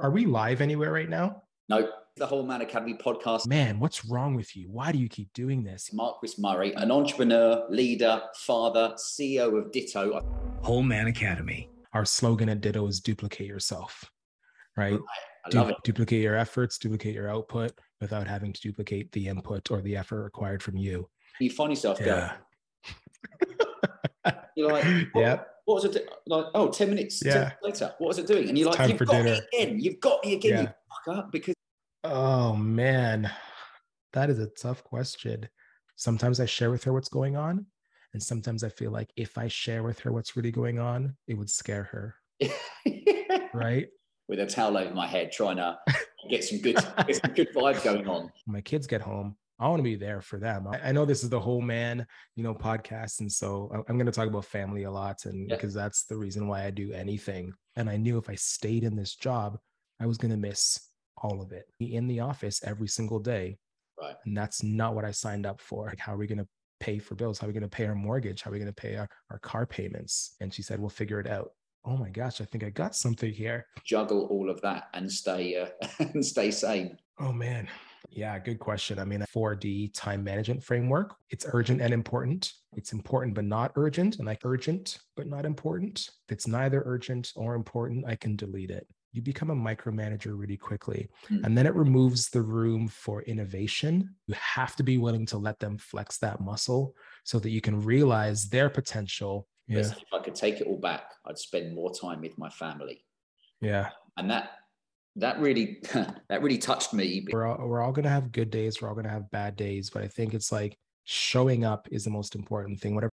Are we live anywhere right now? No, the Whole Man Academy podcast. Man, what's wrong with you? Why do you keep doing this? Marquis Murray, an entrepreneur, leader, father, CEO of Ditto. Whole Man Academy. Our slogan at Ditto is duplicate yourself, right? I Du- love it. Duplicate your efforts, duplicate your output without having to duplicate the input or the effort required from you. You find yourself going, Yeah. you're like, what, Yeah. what was it? do- Like, oh, 10 minutes 10 Yeah. minutes later. What was it doing? And you're It's time like, you've for got me dinner. again. You've got me again, Yeah. you fucker. Because Oh, man. That is a tough question. Sometimes I share with her what's going on. And sometimes I feel like if I share with her what's really going on, it would scare her, right? with a towel over my head, trying to get some good, get some good vibe going on. when my kids get home i want to be there for them I, I know this is the whole man you know podcast and so I- i'm going to talk about family a lot and Yeah. because that's the reason why i do anything and i knew if i stayed in this job i was going to miss all of it Be in the office every single day Right. and that's not what i signed up for like how are we going to pay for bills how are we going to pay our mortgage how are we going to pay our, our car payments and she said we'll figure it out oh my gosh i think i got something here Juggle all of that and stay uh, and stay sane. Oh man. Yeah, good question. I mean, a 4D time management framework, it's urgent and important. It's important but not urgent, and like urgent but not important. If it's neither urgent or important, I can delete it. You become a micromanager really quickly, Hmm. and then it removes the room for innovation. You have to be willing to let them flex that muscle so that you can realize their potential. But Yeah. If I could take it all back, I'd spend more time with my family. Yeah. and that that really that really touched me we're all, we're all going to have good days we're all going to have bad days but i think it's like showing up is the most important thing whatever